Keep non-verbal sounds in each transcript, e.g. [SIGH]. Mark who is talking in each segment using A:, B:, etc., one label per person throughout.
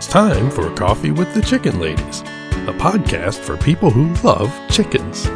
A: time for Coffee with the Chicken Ladies, a podcast for people who love chickens.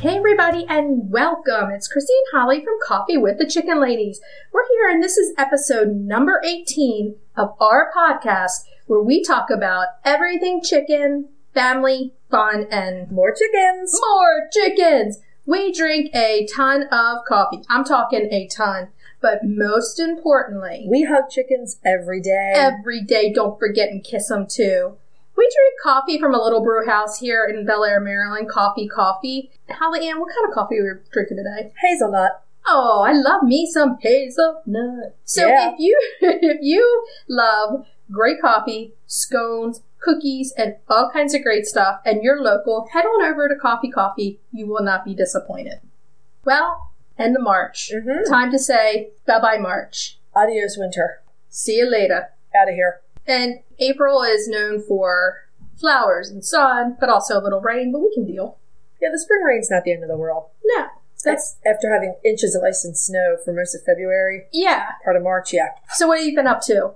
B: Hey, everybody, and welcome. It's Christine Holly from Coffee with the Chicken Ladies. We're here, and this is episode number 18 of our podcast where we talk about everything chicken, family, fun, and
C: More chickens.
B: more chickens. We drink a ton of coffee. I'm talking a ton, but most importantly,
C: We hug chickens every day.
B: every day, don't forget and kiss them too. We drink coffee from a little brew house here in Bel Air, Maryland. Coffee, coffee. Holly Ann, what kind of coffee are we drinking today?
C: Hazelnut.
B: Oh, I love me some hazelnut. So
C: Yeah.
B: if you [LAUGHS] if you love great coffee, scones, cookies, and all kinds of great stuff, and you're local, head on over to Coffee Coffee. You will not be disappointed. Well, end of March.
C: Mm-hmm.
B: Time to say bye bye March.
C: Adios, winter.
B: See you later.
C: Out of here.
B: And April is known for flowers and sun, but also a little rain, but we can deal.
C: Yeah, the spring rain's not the end of the world.
B: No. That's
C: That's after having inches of ice and snow for most of February,
B: yeah.
C: part of March. Yeah,
B: So what have you been up to?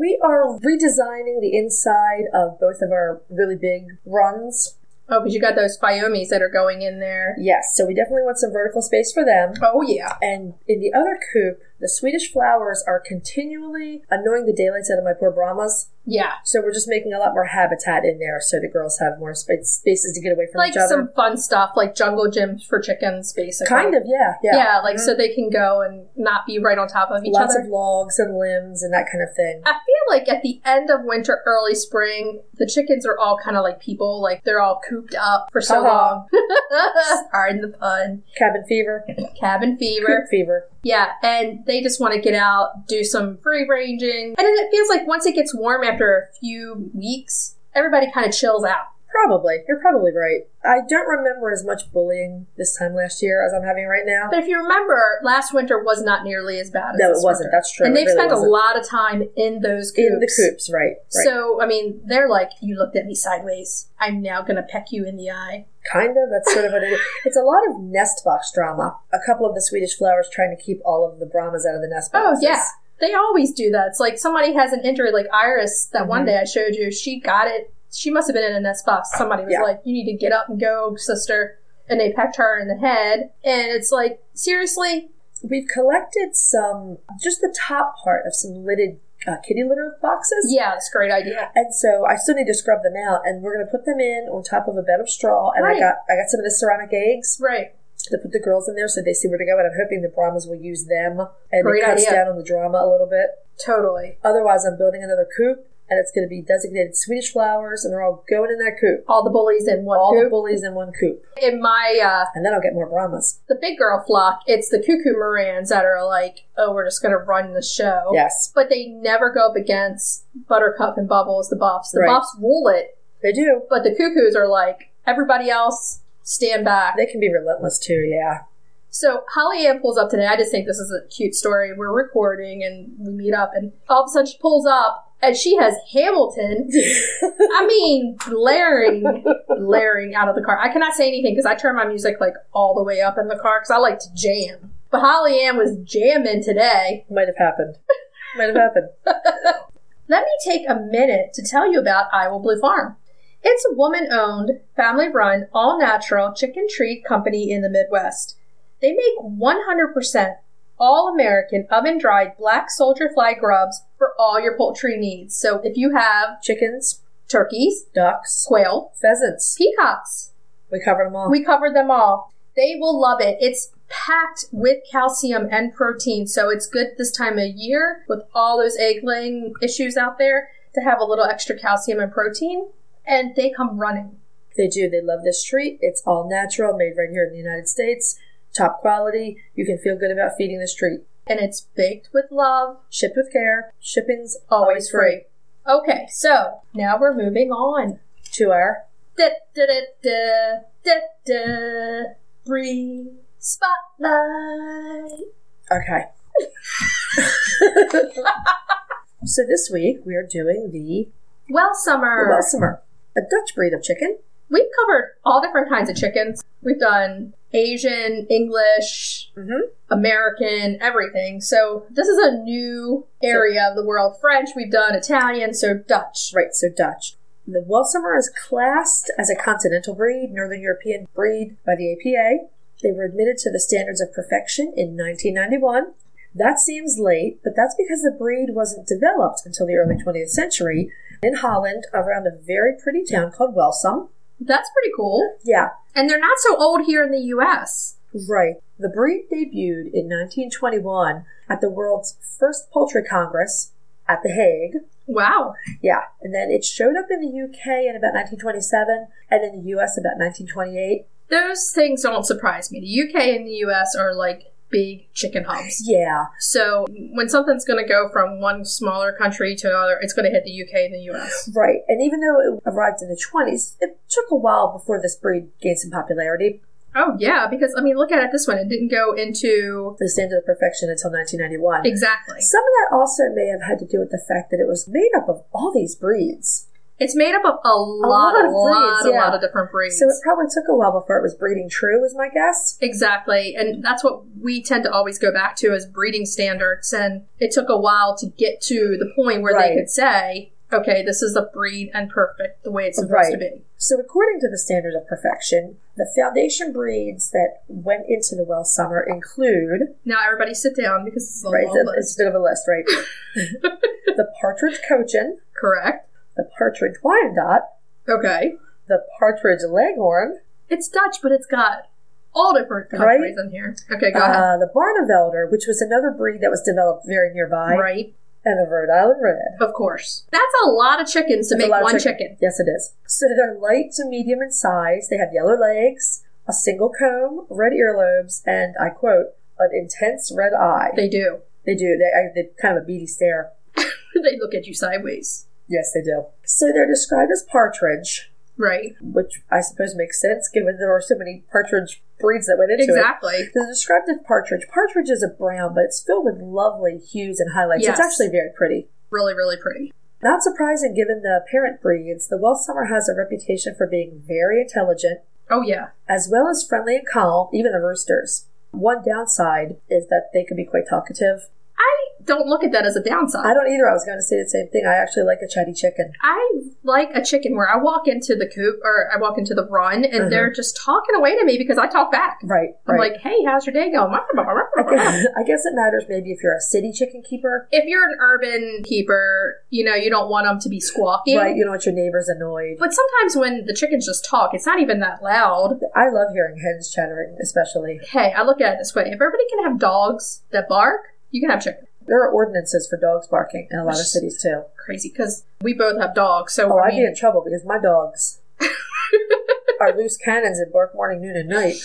C: we are redesigning the inside of both of our really big runs.
B: Oh, because you got those Biomes that are going in there.
C: Yes, so we definitely want some vertical space for them.
B: Oh yeah.
C: And in the other coop, the Swedish flowers are continually annoying the daylights out of my poor Brahmas.
B: Yeah.
C: So we're just making a lot more habitat in there, so the girls have more space, spaces to get away from
B: Like
C: each other.
B: some fun stuff, like jungle gyms for chickens, basically.
C: kind of, yeah, yeah. Mm.
B: Yeah, like so they can go and not be right on top of each
C: Lots
B: other.
C: of logs and limbs and that kind of thing.
B: I feel like at the end of winter, early spring, the chickens are all kind of like people. Like they're all cooped up for so
C: Uh-huh.
B: long. [LAUGHS] Pardon the pun.
C: Cabin fever,
B: Cabin
C: coop
B: fever.
C: fever.
B: Yeah, and they just want to get out, do some free ranging. And then it feels like once it gets warm after a few weeks, everybody kind of chills out.
C: Probably. You're probably right. I don't remember as much bullying this time last year as I'm having right now.
B: But if you remember, last winter was not nearly as bad as
C: No, it
B: this
C: wasn't.
B: winter.
C: That's true.
B: And
C: It
B: they've
C: really
B: spent
C: wasn't.
B: a lot of time in those coops.
C: In the coops, right. right.
B: So, I mean, they're like, you looked at me sideways. I'm now going to peck you in the eye.
C: Kind of. That's sort of what it is. It's a lot of nest box drama. A couple of the Swedish flowers trying to keep all of the Brahmas out of the nest
B: Oh,
C: boxes.
B: yeah. They always do that. It's like somebody has an injury, like Iris, that one
C: Mhm.
B: day I showed you. She got it. She must have been in a nest box. Somebody was
C: Yeah.
B: like, you need to get up and go, sister. And they pecked her in the head. And it's like, seriously?
C: We've collected some, just the top part of some lidded uh, kitty litter boxes.
B: Yeah, that's a great idea.
C: And so I still need to scrub them out, and we're going to put them in on top of a bed of straw. And
B: Right.
C: I got I got some of the ceramic eggs
B: Right.
C: to put the girls in there so they see where to go. And I'm hoping the Brahmas will use them, and
B: Great
C: it cuts
B: idea.
C: down on the drama a little bit.
B: Totally.
C: Otherwise, I'm building another coop, and it's going to be designated Swedish flowers, and they're all going in that coop.
B: All the bullies in one
C: All the
B: group.
C: bullies in one coop,
B: in my uh,
C: and then I'll get more Brahmas.
B: the big girl flock, it's the cuckoo morans that are like, oh, we're just gonna run the show.
C: Yes,
B: But they never go up against Buttercup and Bubbles, the buffs. The
C: Right.
B: buffs rule it,
C: they do.
B: but the cuckoos are like, everybody else, stand back.
C: They can be relentless too. Yeah,
B: So Holly Ann pulls up today. I just think this is a cute story. We're recording and we meet up, and all of a sudden she pulls up and she has Hamilton. I mean, blaring, blaring out of the car. I cannot say anything because I turn my music like all the way up in the car because I like to jam. But Holly Ann was jamming today.
C: might have happened. Might
B: [LAUGHS]
C: have happened.
B: Let me take a minute to tell you about Iowa Blue Farm. It's a woman owned, family run, all natural chicken treat company in the Midwest. They make 100% all American oven dried black soldier fly grubs for all your poultry needs. So if you have
C: Chickens,
B: turkeys,
C: ducks,
B: quail,
C: pheasants.
B: peacocks,
C: We covered them all.
B: We covered them all. They will love it. It's packed with calcium and protein, so it's good this time of year with all those egg laying issues out there to have a little extra calcium and protein. And they come running.
C: They do. They love this treat. It's all natural, made right here in the United States, top quality. You can feel good about feeding this treat.
B: And it's baked with love,
C: Shipped with care. Shipping's
B: always free. Okay, so now we're moving on.
C: Two hour.
B: Da da da da da da. Breathe. Spotlight.
C: Okay. [LAUGHS] so this week we are doing the
B: Well, summer.
C: Welsomer, a Dutch breed of chicken.
B: We've covered all different kinds of chickens. We've done Asian, English,
C: Mhm.
B: American, everything. So this is a new area of the world. French, we've done Italian, so Dutch.
C: Right, so Dutch. The Welsomer is classed as a continental breed, Northern European breed by the APA. They were admitted to the standards of perfection in 1991. That seems late, but that's because the breed wasn't developed until the early 20th century in Holland around a very pretty town called Welsum.
B: That's pretty cool.
C: Yeah,
B: And they're not so old here in the U.S.
C: Right. The breed debuted in 1921 at the world's first poultry congress at The Hague.
B: Wow.
C: Yeah, and then it showed up in the UK in about 1927 and in the US about 1928.
B: Those things don't surprise me. The U.K. and the U.S. are like big chicken hubs.
C: Yeah,
B: So when something's going to go from one smaller country to another, it's going to hit the U.K. and the U.S.
C: right. And even though it arrived in the 20s, it took a while before this breed gained some popularity.
B: Oh yeah, because I mean, look at it this way. It didn't go into
C: The standard of perfection until 1991.
B: exactly.
C: Some of that also may have had to do with the fact that it was made up of all these breeds.
B: It's made up of a lot,
C: lot
B: a
C: of
B: lot, a lot,
C: breeds, yeah.
B: of different breeds.
C: So it probably took a while before it was breeding true, is my guess.
B: Exactly. And that's what we tend to always go back to as breeding standards. And it took a while to get to the point where
C: Right.
B: they could say, okay, this is the breed and perfect the way it's supposed to be.
C: So, according to the standard of perfection, the foundation breeds that went into the well summer include,
B: Now, everybody sit down because this is a
C: right,
B: long
C: it's a-
B: list.
C: it's a bit of a list, right?
B: [LAUGHS]
C: the partridge cochin,
B: Correct.
C: the partridge Wyandotte,
B: Okay.
C: the partridge leghorn,
B: It's Dutch, but it's got all different
C: Right.
B: countries in here. Okay, go ahead.
C: uh, the Barnevelder, which was another breed that was developed very nearby,
B: Right.
C: and the Rhode Island Red.
B: Of course. That's a lot of chickens to
C: That's a
B: make
C: lot of
B: one chicken.
C: Yes, it is. So they're light to medium in size. They have yellow legs, a single comb, red earlobes, and I quote, an intense red eye.
B: They do. [LAUGHS]
C: They do. They, I, they kind of a beady stare.
B: they look at you sideways.
C: Yes, they do. So they're described as partridge,
B: Right.
C: which I suppose makes sense given there were so many partridge breeds that went into it.
B: Exactly.
C: They're described as partridge. Partridge is a brown, but it's filled with lovely hues and highlights.
B: Yes.
C: It's actually very pretty.
B: Really, really pretty.
C: Not surprising given the parent breeds, the Welsh Summer has a reputation for being very intelligent,
B: Oh, yeah.
C: as well as friendly and calm, even the roosters. One downside is that they can be quite talkative.
B: I don't look at that as a downside.
C: I don't either. I was going to say the same thing. I actually like a chatty chicken.
B: I like a chicken where I walk into the coop or I walk into the run and
C: Uh-huh.
B: they're just talking away to me because I talk back.
C: Right,
B: I'm
C: right.
B: like, hey, how's your day going?
C: I [LAUGHS] guess, [LAUGHS] I guess it matters maybe if you're a city chicken keeper,
B: If you're an urban keeper, you know, you don't want them to be squawking.
C: right? You don't want your neighbors annoyed.
B: But sometimes when the chickens just talk, it's not even that loud.
C: I love hearing hens chattering, especially.
B: Hey, I look at it this way. If everybody can have dogs that bark, you can have chickens.
C: There are ordinances for dogs barking in a lot of cities too.
B: Crazy, because we both have dogs, so
C: Oh,
B: I
C: I'd be
B: mean,
C: in trouble because my
B: [LAUGHS]
C: dogs are loose cannons and bark morning, noon, and night.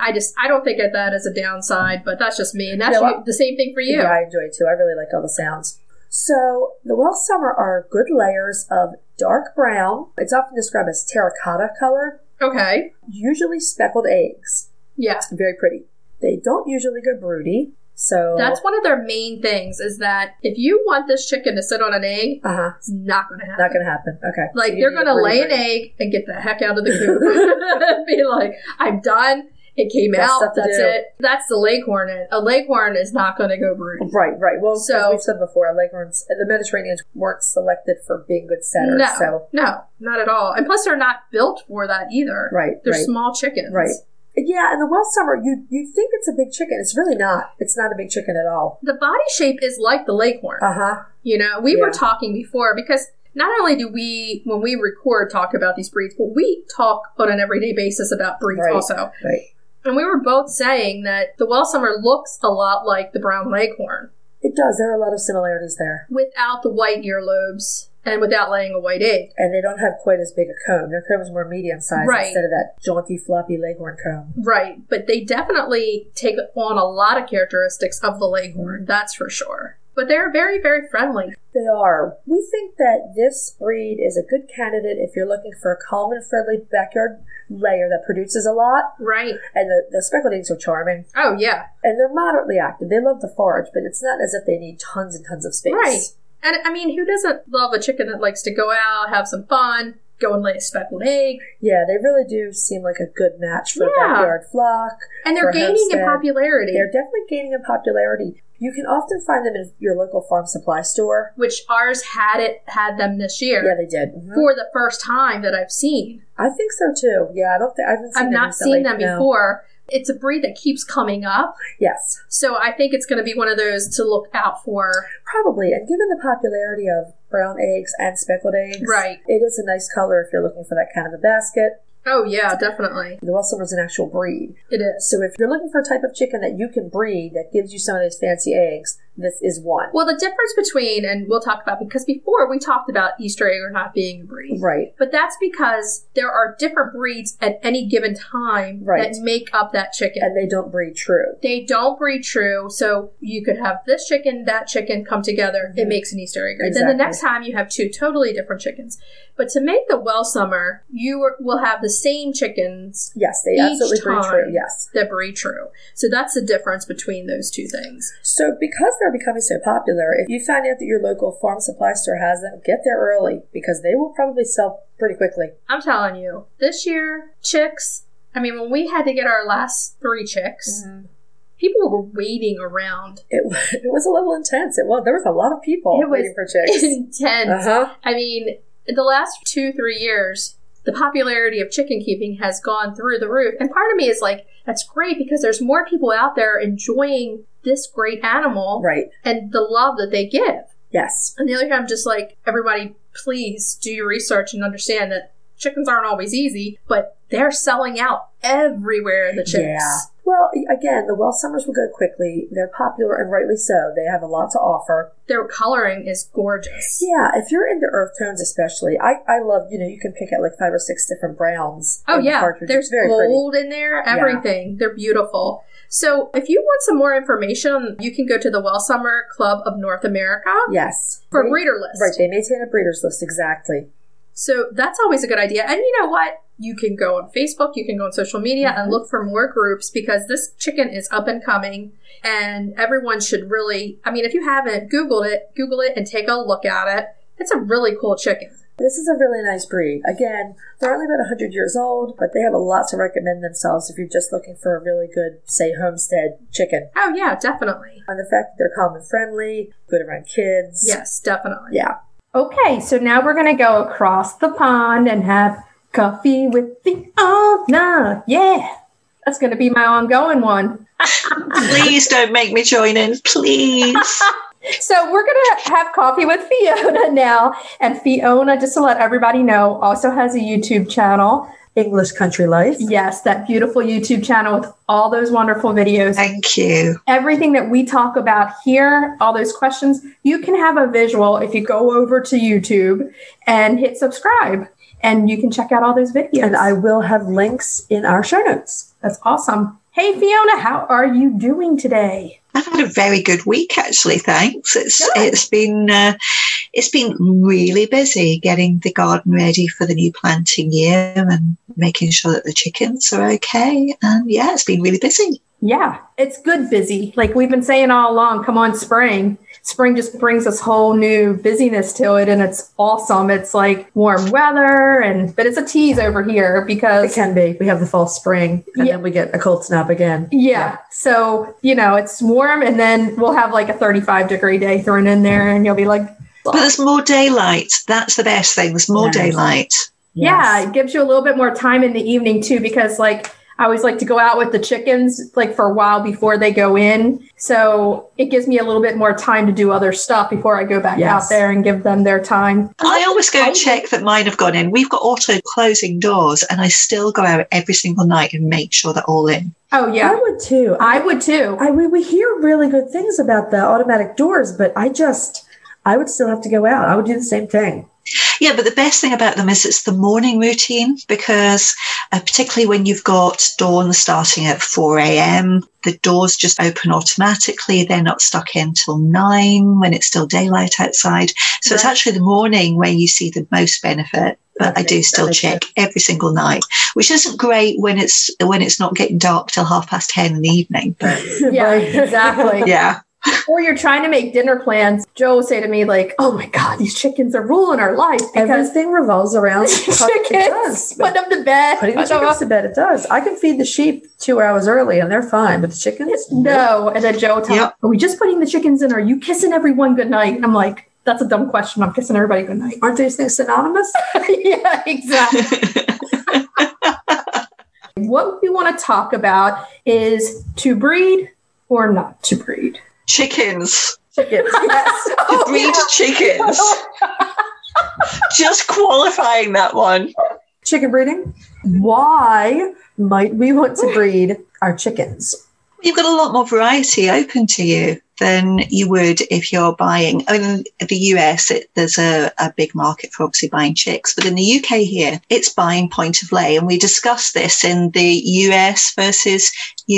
B: I just I don't think of that as a downside, but that's just me, and that's
C: No,
B: you-
C: I-
B: the same thing for you.
C: Yeah, I enjoy it too. I really like all the sounds. So the Welsh summer are good layers of dark brown. It's often described as terracotta color,
B: Okay,
C: usually speckled eggs.
B: yeah.
C: Very pretty. They don't usually go broody, so
B: That's one of their main things is that if you want this chicken to sit on an egg,
C: uh huh.
B: it's not going to happen.
C: Not gonna happen. Okay.
B: like
C: So you
B: they're
C: need a
B: going to lay an
C: breeder.
B: egg and get the heck out of the coop. [LAUGHS] Be like, I'm done. It came
C: Got
B: out.
C: stuff to
B: That's
C: do.
B: it. That's the leghorn. and A leghorn is not going to go broody.
C: Right, right. Well,
B: So-
C: as we've said before, leghorns the Mediterraneans weren't selected for being good setters.
B: No,
C: So
B: no, not at all. And plus, they're not built for that either.
C: right,
B: They're
C: right,
B: small chickens.
C: right. Yeah, and the Welsh summer, you you think it's a big chicken. It's really not. It's not a big chicken at all.
B: The body shape is like the leghorn.
C: Uh huh.
B: You know, we were
C: Yeah.
B: talking before because not only do we, when we record, talk about these breeds, but we talk on an everyday basis about breeds
C: Right.
B: also.
C: Right.
B: And we were both saying that the Welsomer looks a lot like the brown leghorn
C: It does. There are a lot of similarities there.
B: without the white earlobes and without laying a white egg.
C: And they don't have quite as big a comb. Their comb is more medium sized
B: Right.
C: instead of that jaunty, floppy leghorn comb.
B: Right, but they definitely take on a lot of characteristics of the leghorn, that's for sure. But they're very, very friendly.
C: They are. We think that this breed is a good candidate if you're looking for a calm and friendly backyard layer that produces a lot.
B: Right.
C: And the, the speckled eggs are charming.
B: Oh, yeah.
C: And they're moderately active. They love the forage, but it's not as if they need tons and tons of space.
B: Right. And I mean, who doesn't love a chicken that likes to go out, have some fun, go and lay a speckled egg.
C: Yeah, they really do seem like a good match for
B: Yeah.
C: a backyard flock.
B: And they're
C: For
B: gaining in
C: Homestead.
B: popularity,
C: They're definitely gaining in popularity. You can often find them in your local farm supply store.
B: which ours had it had them this year
C: Yeah, they did. Mhm.
B: for the first time that I've seen.
C: I think so too. Yeah, I don't think I haven't seen
B: I've
C: them
B: not
C: recently.
B: seen them
C: No.
B: before. It's a breed that keeps coming up,
C: Yes,
B: so I think it's going to be one of those to look out for.
C: probably. And given the popularity of brown eggs and speckled eggs,
B: Right.
C: it is a nice color if you're looking for that kind of a basket.
B: Oh yeah, definitely
C: The Welsummer is an actual breed.
B: it is.
C: So if you're looking for a type of chicken that you can breed that gives you some of those fancy eggs, this is one.
B: Well, the difference between and we'll talk about because before we talked about Easter egg or not being a breed.
C: Right.
B: But that's because there are different breeds at any given time
C: Right.
B: that make up that chicken.
C: And they don't breed true.
B: they don't breed true, so you could have this chicken, that chicken come together. It
C: Mhm.
B: makes an Easter egg. And then
C: Exactly.
B: the next time you have two totally different chickens. But to make the well summer, you are- will have the same chickens
C: Yes, they
B: Each
C: absolutely breed true.
B: time.
C: Yes.
B: that breed true. So that's the difference between those two things.
C: So because they're becoming so popular, if you find out that your local farm supply store has them, get there early because they will probably sell pretty quickly.
B: I'm telling you, this year, chicks. I mean, when we had to get our last three chicks,
C: Mm-hmm.
B: people were waiting around. [LAUGHS]
C: It, wa- it [LAUGHS] was a little intense. It was there was a lot of people
B: It was
C: waiting for
B: [LAUGHS]
C: chicks.
B: Intense.
C: Uh huh.
B: I mean, in the last two, three years, the popularity of chicken keeping has gone through the roof. And part of me is like, that's great because there's more people out there enjoying this great animal
C: Right.
B: and the love that they give.
C: Yes.
B: On the other hand, I'm just like, everybody, please do your research and understand that chickens aren't always easy, but they're selling out everywhere the chicks.
C: Yeah. Well, again, the well summers will go quickly. They're popular and rightly so. They have a lot to offer.
B: Their coloring is gorgeous.
C: Yeah, if you're into earth tones, especially, I, I love, you know, you can pick out like five or six different browns.
B: Oh
C: in the
B: yeah,
C: cartridge.
B: there's
C: It's very pretty.
B: gold in there, everything. They're beautiful. So if you want some more information, you can go to the Well Summer Club of North America
C: Yes.
B: for
C: They-
B: a breeder list.
C: Right, they maintain a breeder's list, exactly.
B: So that's always a good idea. And you know what? You can go on Facebook, you can go on social media and
C: Mhm.
B: look for more groups because this chicken is up and coming and everyone should really I mean if you haven't Googled it, Google it and take a look at it. It's a really cool chicken.
C: This is a really nice breed. Again, they're only about 100 years old, but they have a lot to recommend themselves if you're just looking for a really good, say, homestead chicken.
B: Oh yeah, definitely.
C: And the fact that they're calm and friendly, good around kids.
B: Yes, definitely.
C: Yeah.
B: Okay, so now we're gonna go across the pond and have coffee with the owner. Yeah, that's gonna be my ongoing one.
D: Please don't make me join in. Please.
B: So we're gonna have coffee with Fiona now, and Fiona, just to let everybody know, also has a YouTube channel.
E: English country life.
B: Yes, that beautiful YouTube channel with all those wonderful videos.
D: [LAUGHS] Thank you.
B: everything that we talk about here, all those questions, you can have a visual if you go over to YouTube and hit subscribe and you can check out all those videos.
E: And I will have links in our show notes.
B: That's awesome. Hey Fiona, how are you doing today?
D: I've had a very good week, actually. Thanks. It's
B: Good.
D: it's been uh, it's been really busy getting the garden ready for the new planting year and making sure that the chickens are okay. And yeah, it's been really busy.
B: Yeah, it's good busy. Like we've been saying all along, come on spring. Spring just brings this whole new busyness to it and it's awesome. It's like warm weather and but it's a tease over here
E: It
B: because
E: can be. We have the fall spring, and
B: Yeah.
E: then we get a cold snap again.
B: Yeah. So, you know, it's warm and then we'll have like a 35 degree day thrown in there and you'll be like,
D: But there's more daylight. That's the best thing. There's more
E: Yes.
D: daylight.
B: yeah, it gives you a little bit more time in the evening too, because like I always like to go out with the chickens like for a while before they go in. So it gives me a little bit more time to do other stuff before I go back
E: Yes.
B: out there and give them their time.
D: I always go and check that mine have gone in. We've got auto closing doors, and I still go out every single night and make sure they're all in.
B: Oh,
E: I
B: yeah.
E: would too. I,
B: I would too.
E: I we, we hear really good things about the automatic doors, but I just I would still have to go out. I would do the same thing. [LAUGHS]
D: Yeah, but the best thing about them is it's the morning routine because, uh, particularly when you've got dawn starting at 4 a.m., the doors just open automatically. They're not stuck in till 9 when it's still daylight outside. So it's
B: Right.
D: actually the morning where you see the most benefit. But I
C: Okay,
D: do still
C: that makes
D: check every single night, which isn't great when it's when it's not getting dark till half past ten in the evening. But
B: Yeah, exactly.
D: yeah,
B: or you're trying to make dinner plans. Joe will say to me, like, oh my God, these chickens are ruling our life because
E: [LAUGHS] Everything revolves
B: [LAUGHS]
E: around [LAUGHS]
B: Chickens.
E: It does.
B: putting them to bed.
E: Putting the
B: putting them
E: chickens to bed, it does. I can feed the sheep two hours early and they're fine, but the chickens?
B: No. And then Joe tells me,
D: Yep.
B: Are we just putting the chickens in? Are you kissing everyone goodnight? And I'm like, That's a dumb question. I'm kissing everybody goodnight. [LAUGHS]
E: Aren't these things synonymous?
B: yeah, exactly.
D: [LAUGHS]
B: what we want to talk about is to breed or not to breed.
D: chickens.
B: [LAUGHS]
E: Chickens. Yes.
D: [LAUGHS]
B: Oh,
D: To breed [LAUGHS] chickens. Just qualifying that one.
E: Chicken breeding. Why might we want to breed our chickens?
D: You've got a lot more variety open to you than you would if you're buying. I mean, in the US, it, there's a, a big market for obviously buying chicks, but in the UK here, it's buying point of lay. And we discussed this in the US versus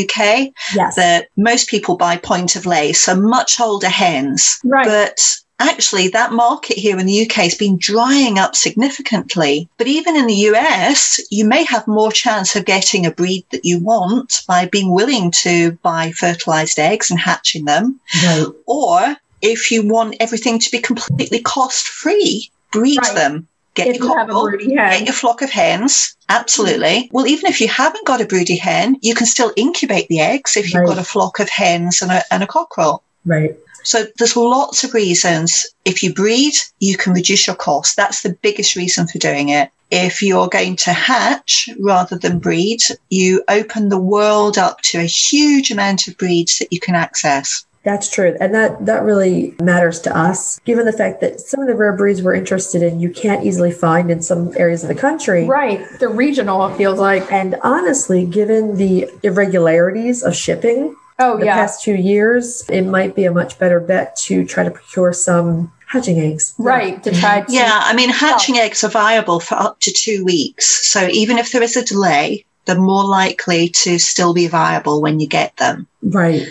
D: UK
E: Yes.
D: that most people buy point of lay, so much older hens.
B: Right.
D: But actually, that market here in the UK has been drying up significantly. But even in the US, you may have more chance of getting a breed that you want by being willing to buy fertilized eggs and hatching them.
E: Right.
D: Or if you want everything to be completely cost free, breed
B: Right.
D: them. Get
B: if
D: your
B: you have a
D: cockle,
B: broody
D: Get
B: hen.
D: your flock of hens, absolutely. Well, even if you haven't got a broody hen, you can still incubate the eggs if you've
E: Right.
D: got a flock of hens and a, and a cockerel.
E: Right.
D: So there's lots of reasons. If you breed, you can reduce your cost. That's the biggest reason for doing it. If you're going to hatch rather than breed, you open the world up to a huge amount of breeds that you can access.
E: That's true. And that, that really matters to us, given the fact that some of the rare breeds we're interested in, you can't easily find in some areas of the country.
B: Right. The regional, it feels like.
E: And honestly, given the irregularities of shipping
B: Oh,
E: the
B: yeah.
E: past two years, it might be a much better bet to try to procure some hatching eggs.
B: Right. To try to.
D: Yeah, I mean, hatching eggs are viable for up to two weeks. So even if there is a delay, they're more likely to still be viable when you get them.
E: Right.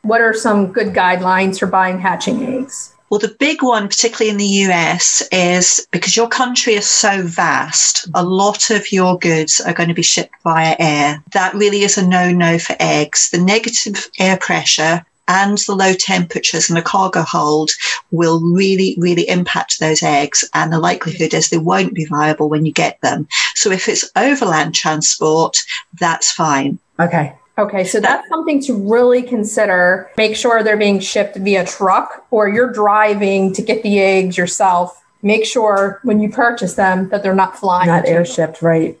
B: What are some good guidelines for buying hatching eggs?
D: Well, the big one, particularly in the US, is because your country is so vast, a lot of your goods are going to be shipped via air. That really is a no no for eggs. The negative air pressure and the low temperatures in the cargo hold will really, really impact those eggs. And the likelihood is they won't be viable when you get them. So if it's overland transport, that's fine.
E: Okay.
B: Okay, so that's something to really consider. Make sure they're being shipped via truck or you're driving to get the eggs yourself. Make sure when you purchase them that they're not flying.
E: Not air shipped. Right.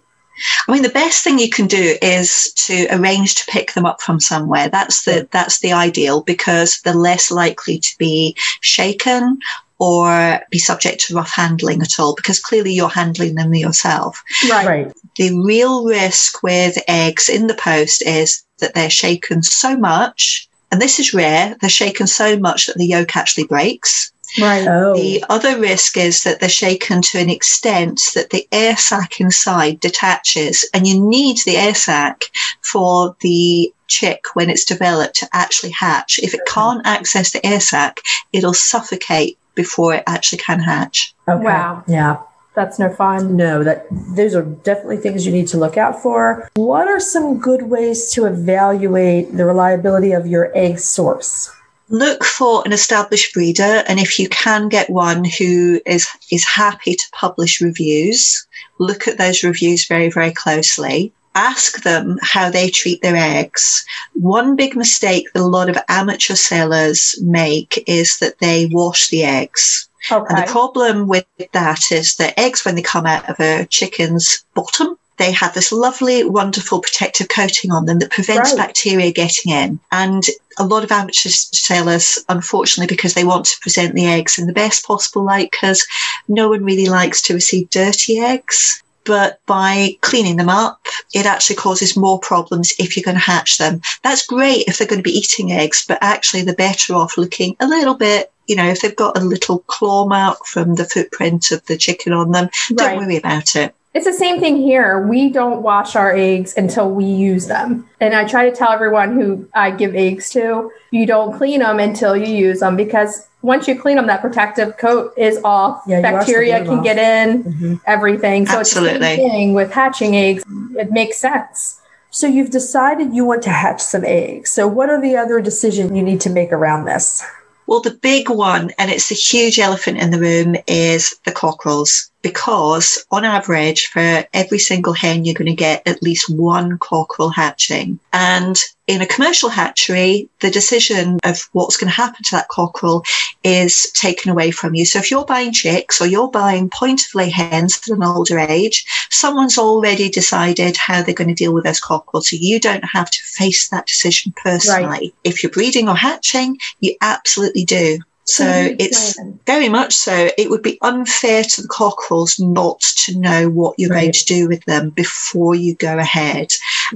D: I mean, the best thing you can do is to arrange to pick them up from somewhere. That's the that's the ideal because they're less likely to be shaken or be subject to rough handling at all. Because clearly you're handling them yourself.
B: Right.
E: Right.
D: The real risk with eggs in the post is that they're shaken so much, and this is rare. They're shaken so much that the yolk actually breaks.
B: Right.
E: Oh.
D: The other risk is that they're shaken to an extent that the air sac inside detaches, and you need the air sac for the chick when it's developed to actually hatch. If it can't access the air sac, it'll suffocate before it actually can hatch.
E: okay.
B: Wow.
E: Yeah.
B: That's no fun.
E: No, that those are definitely things you need to look out for. What are some good ways to evaluate the reliability of your egg source?
D: Look for an established breeder, and if you can get one who is is happy to publish reviews, look at those reviews very very closely. ask them how they treat their eggs. One big mistake that a lot of amateur sellers make is that they wash the eggs. And
B: Okay.
D: the problem with that is that eggs, when they come out of a chicken's bottom, they have this lovely, wonderful protective coating on them that prevents
E: Right.
D: bacteria getting in. And a lot of amateur s- sellers, unfortunately, because they want to present the eggs in the best possible light, because no one really likes to receive dirty eggs. But by cleaning them up, it actually causes more problems if you're going to hatch them. That's great if they're going to be eating eggs, but actually they're better off looking a little bit, you know, if they've got a little claw mark from the footprint of the chicken on them,
B: Right.
D: don't worry about it.
B: It's the same thing here. We don't wash our eggs until we use them. And I try to tell everyone who I give eggs to, you don't clean them until you use them because once you clean them, that protective coat is off.
E: Yeah, you wash the bloom
B: Bacteria can
E: off.
D: Mm-hmm.
B: get in, everything. So it's the same
D: Absolutely.
B: thing with hatching eggs. It makes sense.
C: So you've decided you want to hatch some eggs. So what are the other decisions you need to make around this?
D: Well, the big one, and it's the huge elephant in the room, is the cockerels. Because on average, for every single hen, you're going to get at least one cockerel hatching. And in a commercial hatchery, the decision of what's going to happen to that cockerel is taken away from you. So if you're buying chicks or you're buying point of lay hens at an older age, someone's already decided how they're going to deal with those cockerels. So you don't have to face that decision personally. If you're breeding or hatching, you absolutely do. So it's very much so. It would be unfair to the cockerels not to know what you're going
C: Right.
D: to do with them before you go ahead.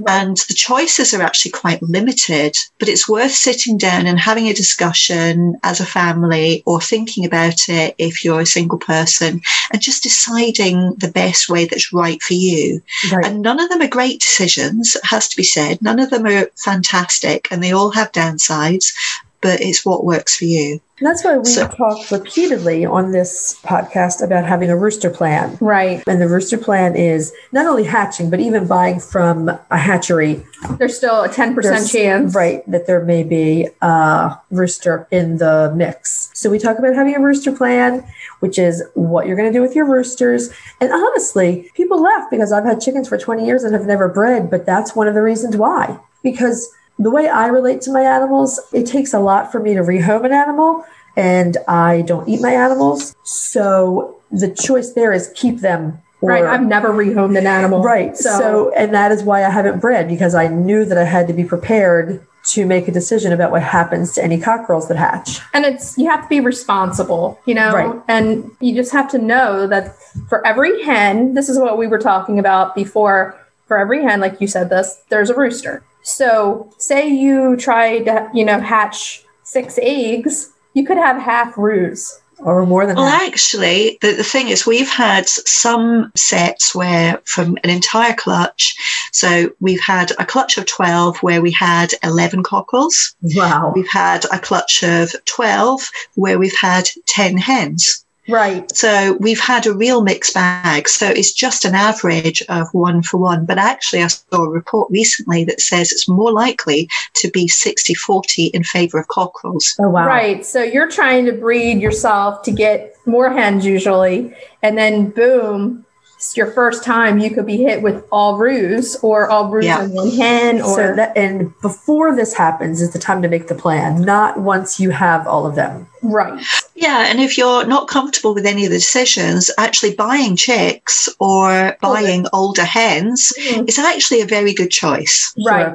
D: And the choices are actually quite limited, but it's worth sitting down and having a discussion as a family or thinking about it if you're a single person and just deciding the best way that's right for you.
C: Right.
D: And none of them are great decisions, it has to be said. None of them are fantastic and they all have downsides, but it's what works for you.
C: That's why we
D: So-
C: talk repeatedly on this podcast about having a rooster plan.
B: Right.
C: And the rooster plan is not only hatching, but even buying from a hatchery.
B: There's still a 10%
C: There's-
B: chance.
C: Right, that there may be a rooster in the mix. So we talk about having a rooster plan, which is what you're going to do with your roosters. And honestly, people laugh because I've had chickens for 20 years and have never bred, but that's one of the reasons why. Because the way I relate to my animals, it takes a lot for me to rehome an animal and I don't eat my animals. So the choice there is keep them. or-
B: Right. I've never rehomed an animal.
C: Right. So, and that is why I haven't bred because I knew that I had to be prepared to make a decision about what happens to any cockerels that hatch.
B: and it's you have to be responsible you know
C: Right.
B: and you just have to know that for every hen this is what we were talking about before for every hen like you said this there's a rooster so say you try to you know hatch six eggs you could have half roos
C: Or more than
D: Well,
C: that.
D: actually, the, the thing is, we've had some sets where from an entire clutch, so we've had a clutch of 12 where we had 11 cockles,
C: Wow.
D: we've had a clutch of 12 where we've had 10 hens.
B: right
D: So we've had a real mixed bag. So it's just an average of one for one. But actually, I saw a report recently that says it's more likely to be 60 40 in favor of cockerels.
C: Oh, wow.
B: right so you're trying to breed yourself to get more hens usually and then boom it's your first time you could be hit with all roos or all roos
D: Yeah.
B: and one hen or
C: So that, and before this happens is the time to make the plan, not once you have all of them.
B: right
D: Yeah. And if you're not comfortable with any of the decisions, actually buying chicks or buying older hens
B: Mhm.
D: is actually a very good choice.
B: Right.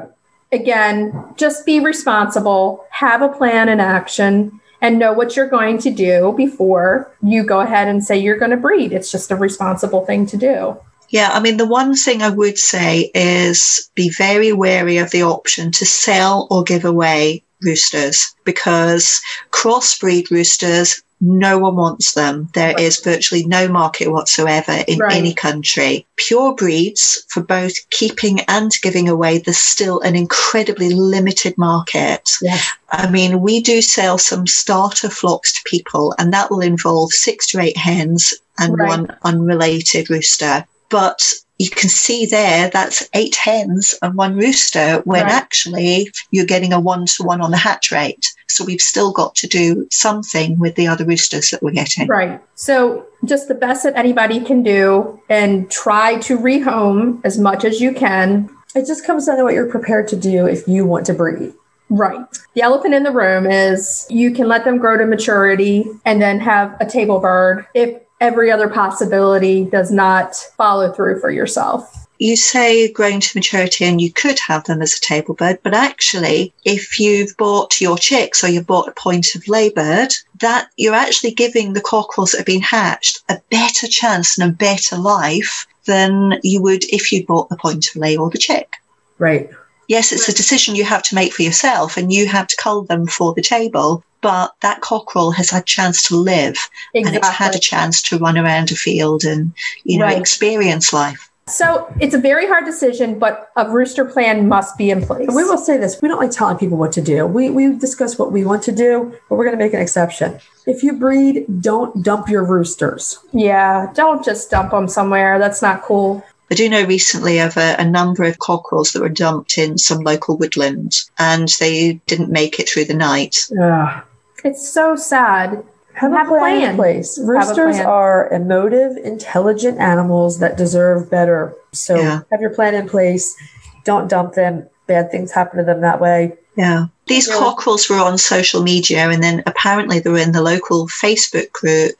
B: Again, just be responsible, have a plan in action, and know what you're going to do before you go ahead and say you're going to breed. It's just a responsible thing to do.
D: Yeah, I mean, the one thing I would say is be very wary of the option to sell or give away roosters because crossbreed roosters, no one wants them. There is virtually no market whatsoever in
B: Right.
D: any country. Pure breeds for both keeping and giving away, there's still an incredibly limited market.
C: Yes.
D: I mean, we do sell some starter flocks to people, and that will involve six to eight hens and
B: Right.
D: one unrelated rooster. But you can see there that's eight hens and one rooster when
B: Right.
D: actually you're getting a one to one on the hatch rate. So we've still got to do something with the other roosters that we're getting.
B: Right. So, just the best that anybody can do and try to rehome as much as you can.
C: It just comes down to what you're prepared to do if you want to breed.
B: Right. The elephant in the room is you can let them grow to maturity and then have a table bird if every other possibility does not follow through for yourself.
D: you say growing to maturity and you could have them as a table bird, but actually, if you've bought your chicks or you've bought a point of lay bird, that you're actually giving the cockerels that have been hatched a better chance and a better life than you would if you bought the point of lay or the chick.
C: Right.
D: Yes, it's a decision you have to make for yourself and you have to cull them for the table, but that cockerel has had a chance to live and it's had a chance to run around a field and, you know,
B: Right.
D: experience life.
B: So it's a very hard decision, but a rooster plan must be in place.
C: We will say this. We don't like telling people what to do. We, we discuss what we want to do, but we're going to make an exception. If you breed, don't dump your roosters.
B: Yeah, don't just dump them somewhere. That's not cool.
D: I do know recently of a, a number of cockerels that were dumped in some local woodland and they didn't make it through the night.
E: Ugh.
B: It's so sad.
E: Have,
B: Have
E: a
B: a
E: plan, in
B: plan.
E: place. Roosters
B: plan.
E: are emotive, intelligent animals that deserve better. So
D: Yeah.
E: have your plan in place. Don't dump them. Bad things happen to them that way.
D: Yeah. These
E: Yeah.
D: cockerels were on social media and then apparently they were in the local Facebook group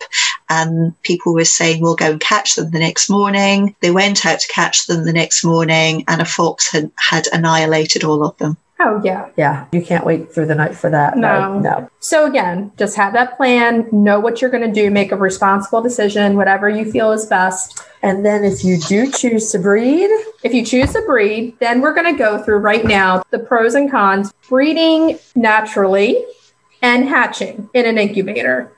D: and people were saying, we'll go and catch them the next morning. They went out to catch them the next morning and a fox had, had annihilated all of them.
B: Oh, yeah.
E: Yeah, you can't wait through the night for that.
B: No.
E: no.
B: So again, just have that plan, know what you're going to do, make a responsible decision, whatever you feel is best.
E: And then if you do choose to breed,
B: If you choose to breed, then we're going to go through right now the pros and cons breeding naturally and hatching in an incubator.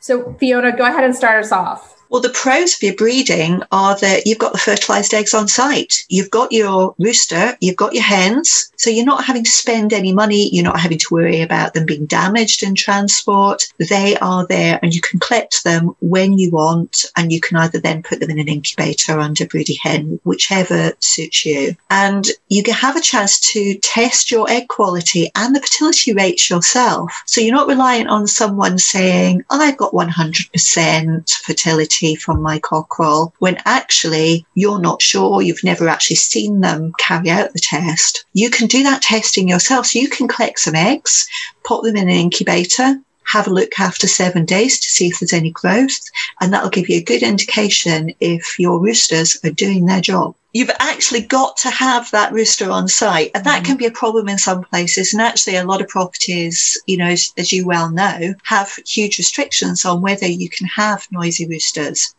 B: So, Fiona, go ahead and start us off.
D: Well, the pros of your breeding are that you've got the fertilized eggs on site. You've got your rooster, you've got your hens. So you're not having to spend any money. You're not having to worry about them being damaged in transport. They are there and you can collect them when you want. And you can either then put them in an incubator or under broody hen, whichever suits you. And you can have a chance to test your egg quality and the fertility rates yourself. So you're not reliant on someone saying, "Oh, I've got 100% fertility from my cockerel, when actually you're not sure, you've never actually seen them carry out the test. You can do that testing yourself. So you can collect some eggs, pop them in an incubator, have a look after seven days to see if there's any growth, and that'll give you a good indication if your roosters are doing their job. You've actually got to have that rooster on site, and that can be a problem in some places. And actually, a lot of properties, you know, as, as you well know, have huge restrictions on whether you can have noisy roosters.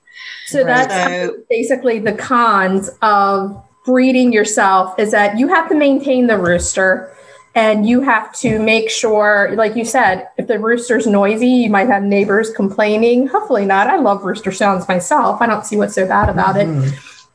B: So,
E: Right.
B: that's
D: So,
B: basically the cons of breeding yourself is that you have to maintain the rooster and you have to make sure like you said if the rooster's noisy you might have neighbors complaining hopefully not i love rooster sounds myself i don't see what's so bad about
C: Mm-hmm.
B: it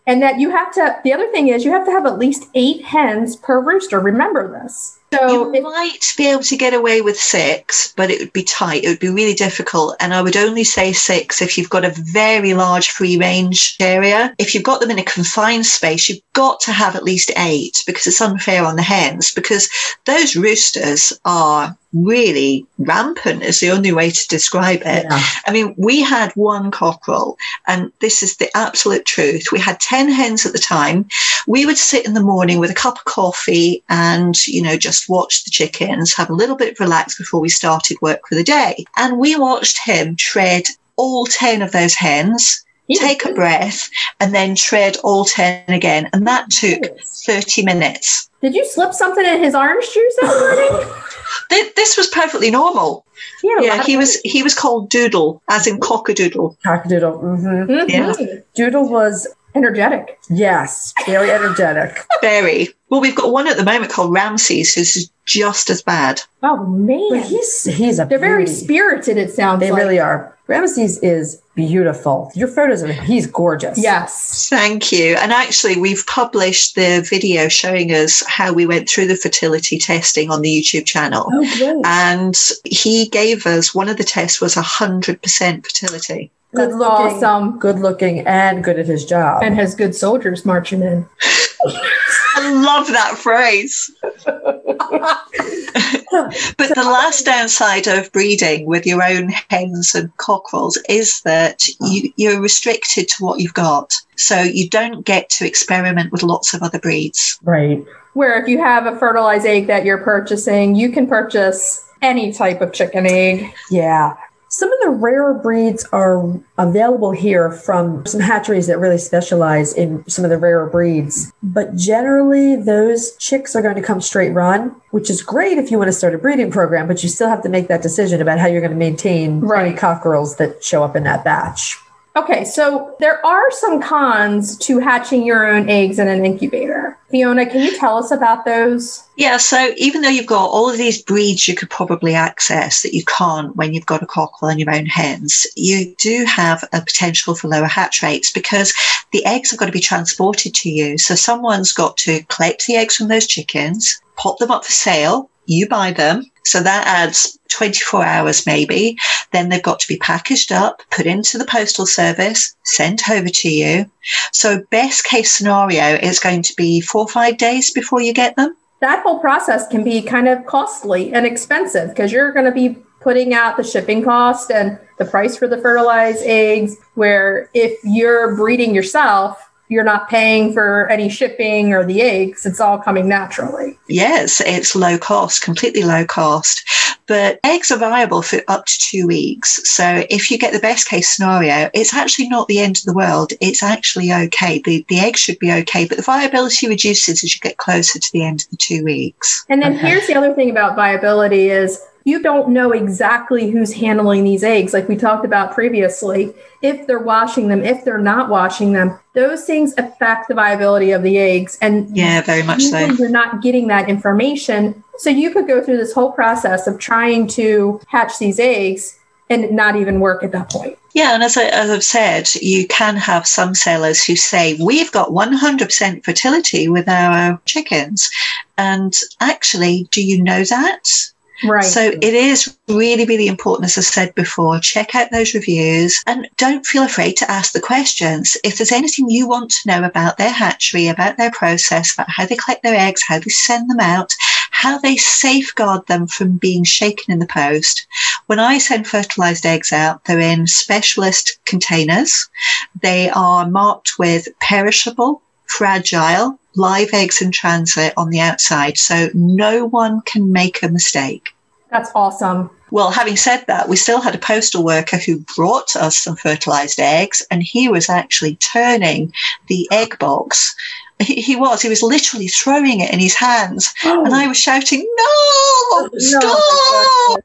B: and that you have to the other thing is you have to have at least eight hens per rooster remember this so
D: you
B: if,
D: might be able to get away with six, but it would be tight. It would be really difficult. And I would only say six if you've got a very large free range area. If you've got them in a confined space, you've got to have at least eight because it's unfair on the hens because those roosters are really rampant is the only way to describe it.
E: Yeah.
D: I mean, we had one cockerel, and this is the absolute truth. We had 10 hens at the time. We would sit in the morning with a cup of coffee and, you know, just watch the chickens, have a little bit of relax before we started work for the day. And we watched him tread all 10 of those hens, take a breath, and then tread all 10 again. And that took 30 minutes.
B: did you slip something in his orange juice that morning
D: Th- This was perfectly normal. [LAUGHS]
B: [LAUGHS]
D: Yeah, he was he was called Doodle, as in cockadoodle.
E: Cockadoodle. Mm-hmm.
B: Mhm.
D: Yeah.
E: Doodle was,
B: energetic
E: yes, very
B: [LAUGHS]
E: energetic.
D: Very. Well, we've got one at the moment called Ramses, who's just as bad.
B: Oh man,
E: But he's, he's a
B: they're very
E: beauty.
B: spirited. It sounds
E: They
B: like.
E: really are. Ramesses is beautiful. Your photos of him, he's gorgeous.
B: yes.
D: Thank you. And actually, we've published the video showing us how we went through the fertility testing on the YouTube channel.
E: Oh, great.
D: And he gave us one of the tests was 100% fertility.
E: Good
B: That's
E: looking.
B: awesome,
E: Good looking and good at his job.
B: and has good soldiers marching in.
D: I love that phrase. But the last downside of breeding with your own hens and cockerels is that you, you're restricted to what you've got. So you don't get to experiment with lots of other breeds.
E: right.
B: Where if you have a fertilized egg that you're purchasing, you can purchase any type of chicken egg.
E: Yeah. Some of the rarer breeds are available here from some hatcheries that really specialize in some of the rarer breeds. But generally, those chicks are going to come straight run, which is great if you want to start a breeding program, but you still have to make that decision about how you're going to maintain any
B: Right.
E: cockerels that show up in that batch.
B: Okay, so there are some cons to hatching your own eggs in an incubator. Fiona, can you tell us about those?
D: Yeah, so even though you've got all of these breeds you could probably access that you can't when you've got a cockerel and your own hens, you do have a potential for lower hatch rates because the eggs have got to be transported to you. So someone's got to collect the eggs from those chickens, pop them up for sale, you buy them, So that adds 24 hours maybe. Then they've got to be packaged up, put into the postal service, sent over to you. So best case scenario is going to be four or five days before you get them.
B: That whole process can be kind of costly and expensive because you're going to be putting out the shipping cost and the price for the fertilized eggs. Where if you're breeding yourself, you're not paying for any shipping or the eggs. It's all coming naturally.
D: Yes, it's low cost, completely low cost. But eggs are viable for up to two weeks. So if you get the best case scenario, it's actually not the end of the world. It's actually okay. The, the egg should be okay, but the viability reduces as you get closer to the end of the two weeks.
B: And then
E: Okay.
B: here's the other thing about viability is you don't know exactly who's handling these eggs like we talked about previously if they're washing them if they're not washing them those things affect the viability of the eggs and
D: Yeah, very much
B: usually
D: so.
B: you're not getting that information so you could go through this whole process of trying to hatch these eggs and it not even work at that point
D: Yeah, and as, I, as I've said, you can have some sellers who say, we've got 100% fertility with our chickens. And actually, do you know that?
B: right
D: So it is really, really important, as I said before, check out those reviews and don't feel afraid to ask the questions. If there's anything you want to know about their hatchery, about their process, about how they collect their eggs, how they send them out, how they safeguard them from being shaken in the post. When I send fertilized eggs out, they're in specialist containers. They are marked with perishable, fragile, live eggs in transit on the outside. So no one can make a mistake.
B: that's awesome
D: Well, having said that, we still had a postal worker who brought us some fertilized eggs, and he was actually turning the egg box. He, he was, he was literally throwing it in his hands,
B: Oh.
D: and I was shouting, No, Oh, stop!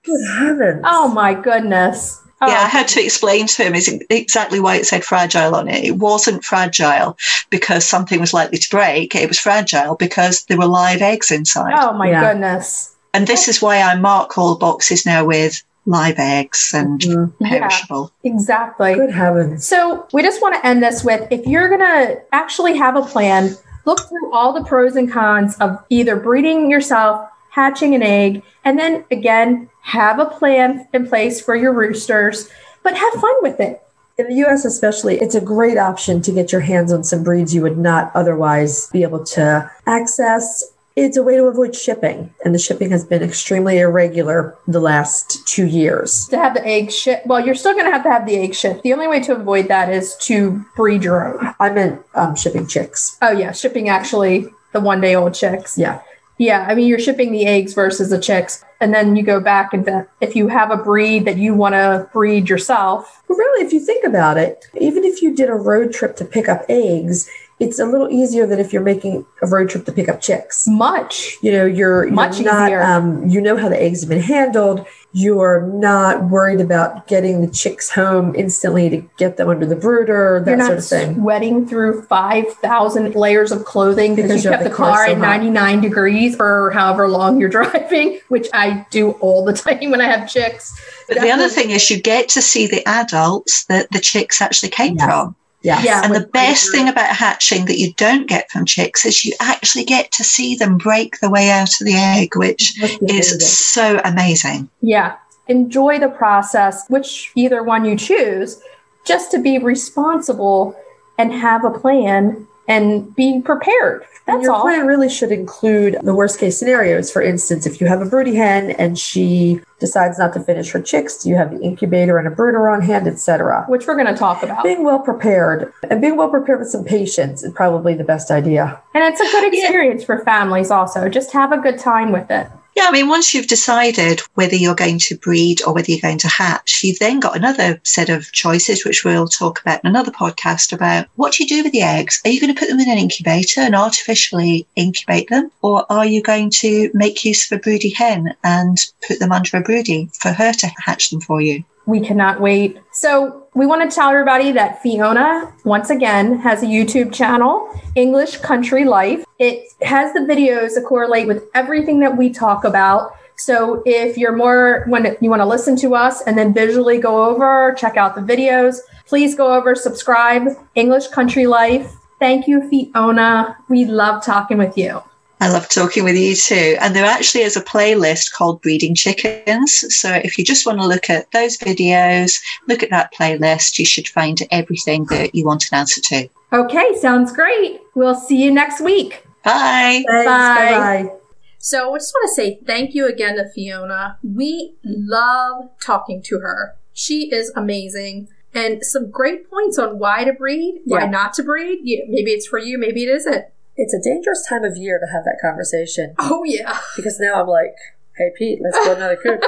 E: Good heavens.
B: oh my goodness oh,
D: Yeah, I had to explain to him is exactly why it said fragile on it. It wasn't fragile because something was likely to break, it was fragile because there were live eggs inside.
B: oh my
E: Yeah.
B: goodness
D: And this is why I mark all boxes now with live eggs and
E: Mhm.
B: Mm-hmm. Yeah.
D: perishable.
B: exactly
E: Good heavens.
B: So we just want to end this with if you're going to actually have a plan, look through all the pros and cons of either breeding yourself, hatching an egg, and then again, have a plan in place for your roosters, but have fun with it.
E: In the US, especially, it's a great option to get your hands on some breeds you would not otherwise be able to access. It's a way to avoid shipping, and the shipping has been extremely irregular the last two years.
B: To have the egg ship, well, you're still going to have to have the egg ship. The only way to avoid that is to breed your own.
E: I meant um, shipping chicks.
B: Oh, yeah, shipping actually the one day old chicks.
E: Yeah.
B: Yeah, I mean, you're shipping the eggs versus the chicks. And then you go back and then if you have a breed that you want to breed yourself,
E: But really, if you think about it, even if you did a road trip to pick up eggs, it's a little easier than if you're making a road trip to pick up chicks.
B: much.
E: You know, you're, you're
B: Much
E: not,
B: easier.
E: um, you know how the eggs have been handled. You're not worried about getting the chicks home instantly to get them under the brooder, that
B: You're not
E: sort of thing.
B: sweating through 5,000 layers of clothing because
E: Because
B: you
E: you have
B: kept the
E: the car
B: car
E: so
B: at
E: hot.
B: 99 degrees for however long you're [LAUGHS] driving, which I do all the [LAUGHS] time when I have chicks.
D: But the other thing is, you get to see the adults that the chicks actually came
E: Yes.
D: from.
E: Yeah.
B: Yeah.
D: And the best thing about hatching that you don't get from chicks is you actually get to see them break the way out of the egg, which is so amazing.
B: Yeah. Enjoy the process, which either one you choose, just to be responsible and have a plan and be prepared.
E: And
B: That's
E: your
B: all.
E: plan really should include the worst case scenarios. For instance, if you have a broody hen and she decides not to finish her chicks, you have the incubator and a brooder on hand, etc.
B: Which we're going to talk about.
E: Being well prepared and being well prepared with some patience is probably the best idea.
B: And it's a
E: [LAUGHS]
B: good experience for families, also. Just have a good time with it.
D: Yeah, I mean, once you've decided whether you're going to breed or whether you're going to hatch, you've then got another set of choices, which we'll talk about in another podcast about what do you do with the eggs? Are you going to put them in an incubator and artificially incubate them? Or are you going to make use of a broody hen and put them under a broody for her to hatch them for you?
B: We cannot wait. So, we want to tell everybody that Fiona, once again, has a YouTube channel, English Country Life. It has the videos that correlate with everything that we talk about. So, if you're more when you want to listen to us and then visually go over, check out the videos, please go over, subscribe, English Country Life. Thank you, Fiona. We love talking with you.
D: I love talking with you too. And there actually is a playlist called Breeding Chickens. So if you just want to look at those videos, look at that playlist, you should find everything that you want an answer to.
B: Okay, sounds great. We'll see you next week.
D: Bye.
E: Thanks.
B: Bye.
E: Bye-bye.
B: So I just want to say thank you again to Fiona. We love talking to her. She is amazing. And some great points on why to breed, why
C: Yeah.
B: not to breed. You- Maybe it's for you, maybe it isn't. [LAUGHS]
C: It's a dangerous time of year to have that conversation
B: Oh, yeah.
C: because now I'm like, hey, Pete, let's go another
B: [LAUGHS]
C: coop.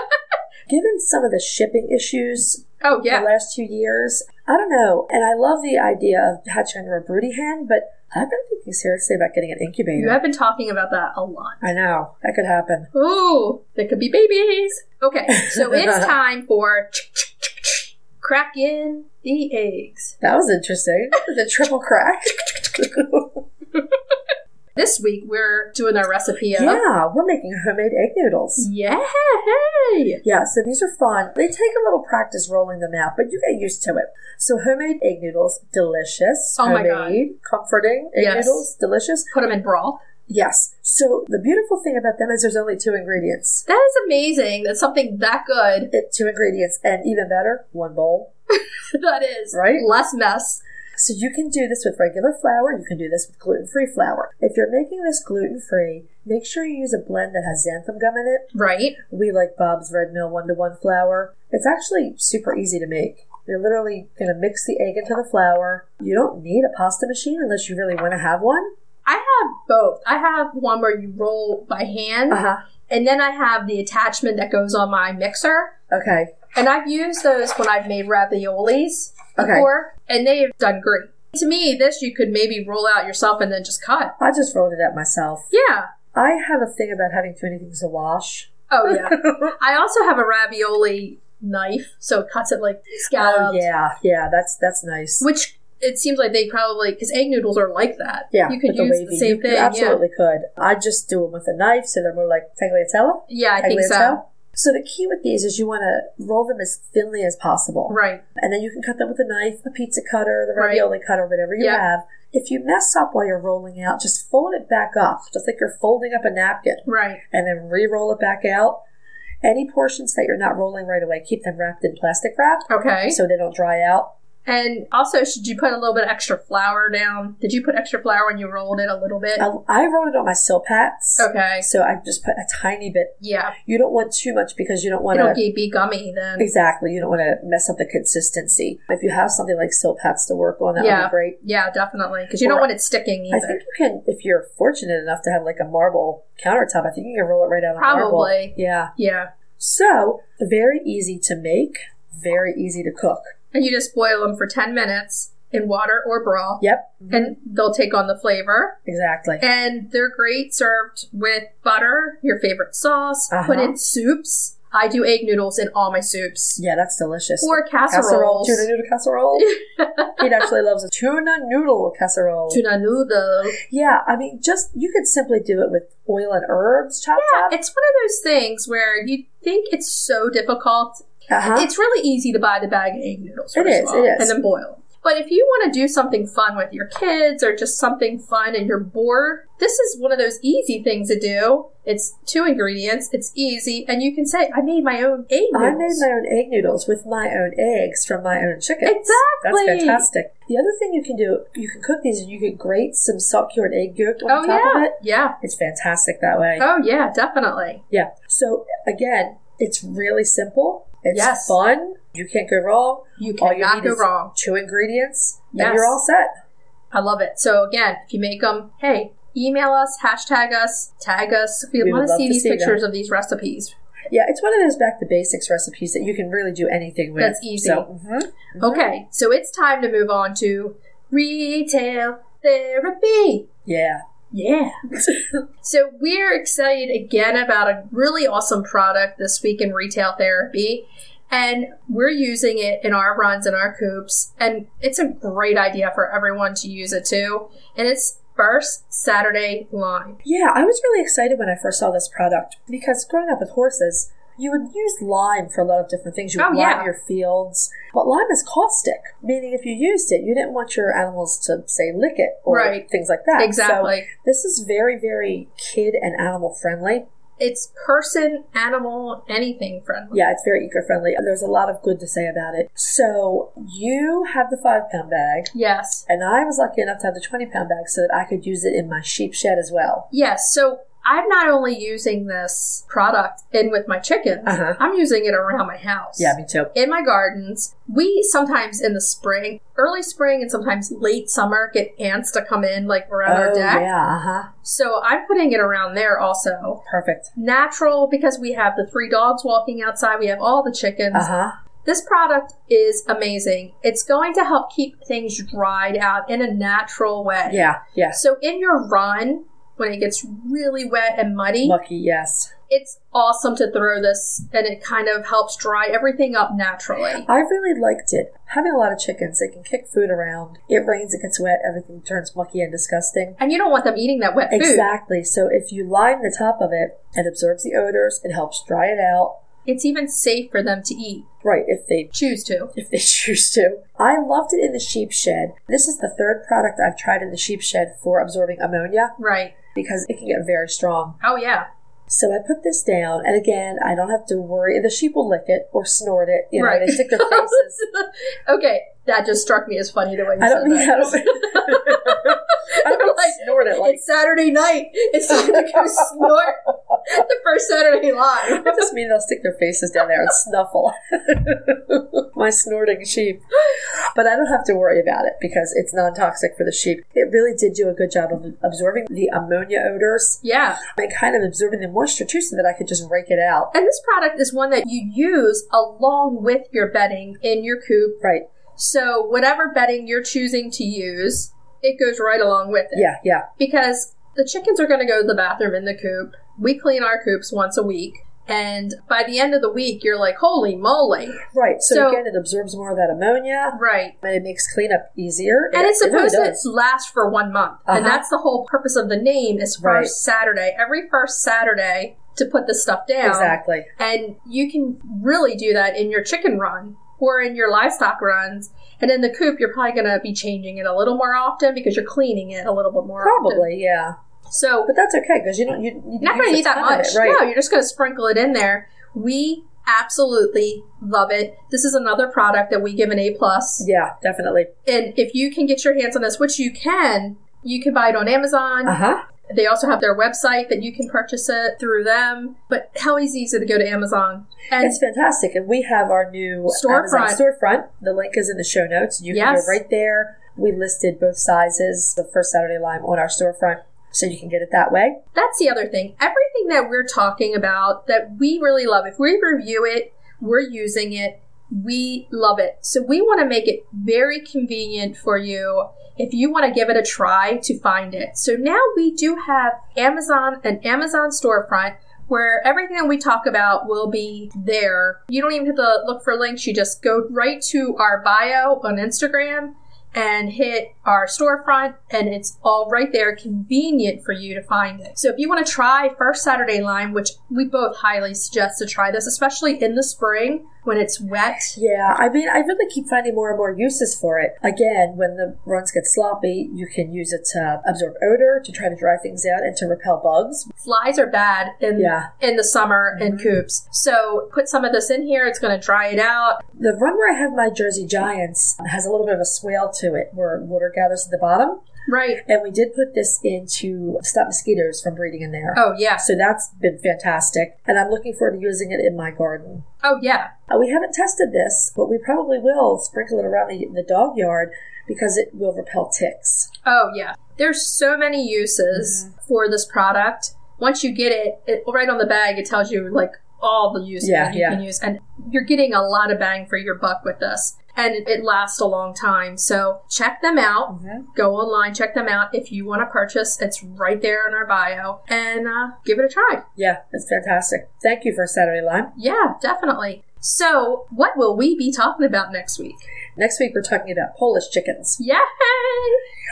C: Given some of the shipping issues
B: Oh, yeah.
C: the last two years, I don't know. And I love the idea of hatching under a broody hen, but I've been thinking seriously about getting an
B: You
C: incubator.
B: have been talking about that a lot.
C: I know. That could happen.
B: Ooh, there could be babies. Okay, so
C: [LAUGHS]
B: it's time for crack in the eggs.
C: That was interesting. The
B: [LAUGHS]
C: triple crack.
B: This week we're doing our recipe of.
C: yeah, we're making homemade egg noodles.
B: Yay!
C: Yeah, so these are fun. They take a little practice rolling them out, but you get used to it. So homemade egg noodles, delicious.
B: Oh my God.
C: Homemade, comforting egg
B: Yes.
C: noodles, delicious.
B: Put them in broth.
C: Yes. So the beautiful thing about them is there's only two ingredients.
B: That is amazing. That's something that good.
C: It, two ingredients, and even better, one bowl.
B: [LAUGHS] that is
C: Right?
B: less mess.
C: So you can do this with regular flour. You can do this with gluten-free flour. If you're making this gluten-free, make sure you use a blend that has xanthan gum in it.
B: Right?
C: We like Bob's Red Mill one to one flour. It's actually super easy to make. You're literally going to mix the egg into the flour. You don't need a pasta machine unless you really want to have one.
B: I have both. I have one where you roll by hand,
C: huh.
B: and then I have the attachment that goes on my mixer.
C: Okay.
B: And I've used those when I've made raviolis
C: Okay.
B: before, and they've done great. To me, this you could maybe roll out yourself and then just cut.
C: I just rolled it up myself.
B: Yeah.
C: I have a thing about having too many things to wash.
B: Oh, [LAUGHS]
C: [LAUGHS]
B: yeah. I also have a ravioli knife, so it cuts it like
C: Oh
B: scallops.
C: yeah, yeah. That's that's nice.
B: Which it seems like they probably, because egg noodles are like that.
C: yeah,
B: You could
C: with the
B: use the,
C: wavy.
B: same
C: You
B: thing.
C: Absolutely could. I just do them with a knife, so they're more like tagliatelle.
B: Yeah. yeah, I think so.
C: Tagliatelle? So the key with these is you want to roll them as thinly as possible.
B: Right.
C: and then you can cut them with a knife, a pizza cutter, the
B: Right.
C: ravioli cutter, whatever you
B: Yeah.
C: have. If you mess up while you're rolling out, just fold it back up, just like you're folding up a napkin,
B: Right.
C: and then re-roll it back out. Any portions that you're not rolling right away, keep them wrapped in plastic wrap
B: Okay.
C: so they don't dry out.
B: And also, should you put a little bit of extra flour down? Did you put extra flour when you rolled it a little bit?
C: I, I rolled it on my silpats,
B: Okay.
C: so I just put a tiny bit.
B: Yeah.
C: You don't want too much because you don't want
B: It'll
C: to.
B: be gummy then.
C: Exactly. You don't want to mess up the consistency. If you have something like silpats to work on, that
B: Yeah.
C: would be great.
B: Yeah, definitely. Because you don't
C: Or-
B: want it sticking
C: I
B: either.
C: think you can, if you're fortunate enough to have like a marble countertop, I think you can roll it right out on marble.
B: Probably.
C: Yeah.
B: yeah.
C: So, very easy to make, very easy to cook.
B: And you just boil them for 10 minutes in water or broth.
C: Yep.
B: And they'll take on the flavor.
C: exactly.
B: And they're great served with butter, your favorite sauce, put
C: Uh-huh.
B: in soups. I do egg noodles in all my soups.
C: Yeah, that's delicious.
B: Or
C: casserole,
B: casseroles.
C: tuna noodle
B: [LAUGHS]
C: casserole. he actually loves a tuna noodle casserole.
B: Tuna noodle.
C: Yeah, I mean, just you could simply do it with oil and herbs chopped
B: Yeah,
C: up.
B: it's one of those things where you think it's so difficult
C: Uh-huh.
B: It's really easy to buy the bag of egg noodles.
C: It
B: first
C: is,
B: of all,
C: it is.
B: And then boil. But if you want to do something fun with your kids or just something fun and you're bored, this is one of those easy things to do. It's two ingredients, it's easy, and you can say, I made my own egg
C: I
B: noodles.
C: made my own egg noodles with my own eggs from my own chickens.
B: Exactly.
C: That's fantastic. The other thing you can do, you can cook these and you can grate some succulent egg yolk on
B: oh,
C: top
B: yeah.
C: of it.
B: Yeah.
C: It's fantastic that way.
B: Oh, yeah, definitely.
C: Yeah. So again, it's really simple. It's
B: Yes.
C: fun. You can't go wrong.
B: You
C: All you
B: cannot
C: need
B: go
C: is-
B: wrong.
C: Two ingredients,
B: Yes.
C: and you're all set.
B: I love it. So, again, if you make them, hey, email us, hashtag us, tag us. We,
C: We
B: want
C: would
B: to
C: love
B: see
C: to
B: these
C: see them.
B: pictures of these recipes.
C: Yeah, it's one of those back to basics recipes that you can really do anything with.
B: That's easy. Mm-hmm.
C: So, mhm.
B: Okay, so it's time to move on to retail therapy.
C: Yeah. [LAUGHS]
B: Yeah. so we're excited again about a really awesome product this week in retail therapy. And we're using it in our runs and our coops. And it's a great idea for everyone to use it too. And it's First Saturday Line.
C: Yeah, I was really excited when I first saw this product because growing up with horses, You would use lime for a lot of different things. You
B: Oh,
C: would lime
B: yeah.
C: your fields. But lime is caustic, meaning if you used it, you didn't want your animals to, say, lick it or
B: Right.
C: things like that. So
B: Exactly.
C: this is very, very kid and animal friendly.
B: it's person, animal, anything friendly.
C: Yeah, it's very eco friendly. There's a lot of good to say about it. So you have the five pound bag.
B: Yes.
C: And I was lucky enough to have the 20 pound bag so that I could use it in my sheep shed as well.
B: Yes. So I'm not only using this product in with my chickens,
C: Uh-huh.
B: I'm using it around my house.
C: Yeah, me too.
B: in my gardens, we sometimes in the spring, early spring and sometimes late summer get ants to come in like around our
C: oh,
B: deck.
C: yeah, uh huh.
B: So I'm putting it around there also.
C: Perfect.
B: Natural because we have the three dogs walking outside, we have all the chickens.
C: Uh huh.
B: This product is amazing. It's going to help keep things dried out in a natural way.
C: Yeah, yes.
B: So in your run, when it gets really wet and muddy,
C: Lucky, yes.
B: it's awesome to throw this and it kind of helps dry everything up naturally.
C: I really liked it. Having a lot of chickens, they can kick food around. It rains, it gets wet, everything turns mucky and disgusting.
B: And you don't want them eating that wet food.
C: Exactly. So if you line the top of it, it absorbs the odors, it helps dry it out.
B: It's even safe for them to eat,
C: Right, if they [LAUGHS]
B: choose to.
C: if they choose to. I loved it in the sheep shed. This is the third product I've tried in the sheep shed for absorbing ammonia
B: Right.
C: because it can get very strong.
B: Oh,
C: [LAUGHS]
B: yeah.
C: So I put this down, and again, I don't have to worry. The sheep will lick it or snort it. You know,
B: Right.
C: they stick their
B: [LAUGHS]
C: faces.
B: okay, that just struck me as funny the way you
C: I don't
B: said
C: mean
B: that.
C: [LAUGHS] I don't mean,
B: [LAUGHS]
C: I don't mean
B: Like,
C: snort it [LAUGHS] like.
B: it's Saturday night. It's time to
C: [LAUGHS]
B: go snort the first Saturday live.
C: I just mean they'll stick their faces down there and snuffle [LAUGHS] my snorting sheep. But I don't have to worry about it because it's non toxic for the sheep. It really did do a good job of absorbing the ammonia odors
B: Yeah.
C: and kind of absorbing the moisture too, so that I could just rake it out.
B: And this product is one that you use along with your bedding in your coop.
C: Right.
B: So, whatever bedding you're choosing to use, it goes right along with it.
C: Yeah, yeah.
B: because the chickens are going to go to the bathroom in the coop. We clean our coops once a week. And by the end of the week, you're like, holy moly.
C: Right. So,
B: So-
C: again, it absorbs more of that ammonia
B: Right.
C: and it makes cleanup easier.
B: And
C: It-
B: it's
C: it really
B: supposed
C: does.
B: to last for one month. And
C: Uh-huh.
B: that's the whole purpose of the name is First
C: Right.
B: Saturday. Every first Saturday to put this stuff down.
C: Exactly.
B: And you can really do that in your chicken run or in your livestock runs. And in the coop, you're probably going to be changing it a little more often because you're cleaning it a little bit more often.
C: Probably, yeah.
B: So
C: But that's okay because you don't you, you
B: You're not
C: use
B: going to
C: a
B: need that
C: ton of
B: much.
C: it, right?
B: No, you're just going to sprinkle it in there. We absolutely love it. This is another product that we give an A plus.
C: Yeah, definitely.
B: And if you can get your hands on this, which you can, you can buy it on Amazon.
C: Uh huh.
B: They also have their website that you can purchase it through them. But how easy is it to go to Amazon? And
C: It's fantastic, and we have our new
B: Storefront.
C: Amazon storefront. The link is in the show notes. You
B: Yes.
C: can go right there. We listed both sizes the first Saturday Lime on our storefront, so you can get it that way.
B: that's the other thing. Everything that we're talking about that we really love, if we review it, we're using it, we love it. So we want to make it very convenient for you if you want to give it a try to find it. So now we do have Amazon, an Amazon storefront. Where everything that we talk about will be there. You don't even have to look for links. You just go right to our bio on Instagram and hit our storefront, and it's all right there, convenient for you to find it. So if you want to try First Saturday Lime, which we both highly suggest to try this, especially in the spring when it's wet.
C: Yeah, I mean, I really keep finding more and more uses for it. Again, when the runs get sloppy, you can use it to absorb odor, to try to dry things out, and to repel bugs.
B: Flies are bad in
C: Yeah.
B: in the summer in
C: Mm-hmm.
B: coops. So put some of this in here. It's going to dry it out.
C: The run where I have my Jersey Giants has a little bit of a swale to it where water gathers at the bottom.
B: Right.
C: And we did put this in to stop mosquitoes from breeding in there.
B: Oh yeah.
C: So that's been fantastic. And I'm looking forward to using it in my garden.
B: Oh yeah.
C: Uh, We haven't tested this, but we probably will sprinkle it around the, the dog yard because it will repel ticks.
B: Oh yeah. There's so many uses
C: Mm-hmm.
B: for this product. Once you get it, it right on the bag, it tells you like all the uses
C: Yeah,
B: that you
C: yeah.
B: can use, and you're getting a lot of bang for your buck with this. And it- it lasts a long time. So check them out. Go online, check them out if you want to purchase. It's right there in our bio, and uh, give it a try.
C: Yeah, it's fantastic. Thank you for Saturday Lime.
B: Yeah, definitely. So, what will we be talking about next week?
C: Next week, we're talking about Polish chickens.
B: Yay!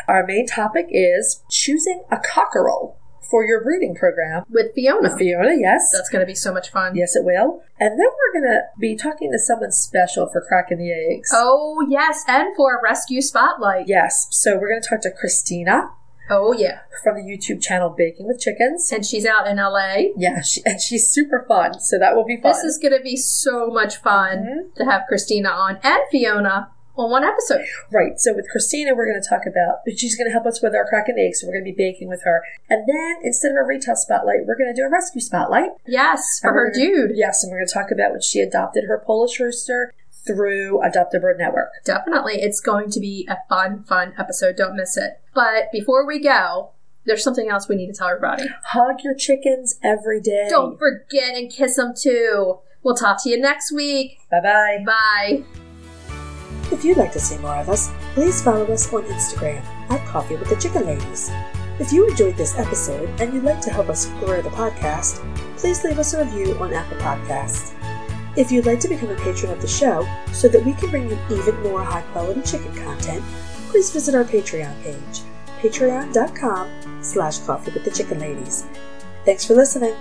C: Our main topic is choosing a cockerel. for your breeding program.
B: with Fiona.
C: Fiona, yes.
B: That's going to be so much fun.
C: Yes, it will. And then we're going to be talking to someone special for cracking the eggs.
B: Oh, yes. And for a rescue spotlight.
C: Yes. So we're going to talk to Christina
B: Oh, yeah.
C: from the YouTube channel Baking with Chickens.
B: And she's out in LA.
C: Yeah, she, and she's super fun. So that will be fun. Mm-hmm.
B: This is going to be so much fun to have Christina on and Fiona on one episode.
C: Right. So with Christina, we're going to talk about, she's going to help us with our cracking eggs. So we're going to be baking with her. And then instead of a retail spotlight, we're going to do a rescue spotlight.
B: Yes, for
C: And we're
B: her
C: gonna-
B: dude.
C: Yes. And we're going to talk about when she adopted her Polish rooster through Adopt a Bird Network.
B: Definitely. It's going to be a fun, fun episode. Don't miss it. But before we go, there's something else we need to tell everybody.
C: Hug your chickens every day.
B: Don't forget and kiss them too. We'll talk to you next week.
C: Bye bye.
B: Bye.
F: If you'd like to see more of us, please follow us on Instagram at Coffee with the Chicken Ladies. If you enjoyed this episode and you'd like to help us grow the podcast, please leave us a review on Apple Podcasts. If you'd like to become a patron of the show so that we can bring you even more high quality chicken content, please visit our Patreon page, patreon.com slash coffee with the chicken ladies. Thanks for listening.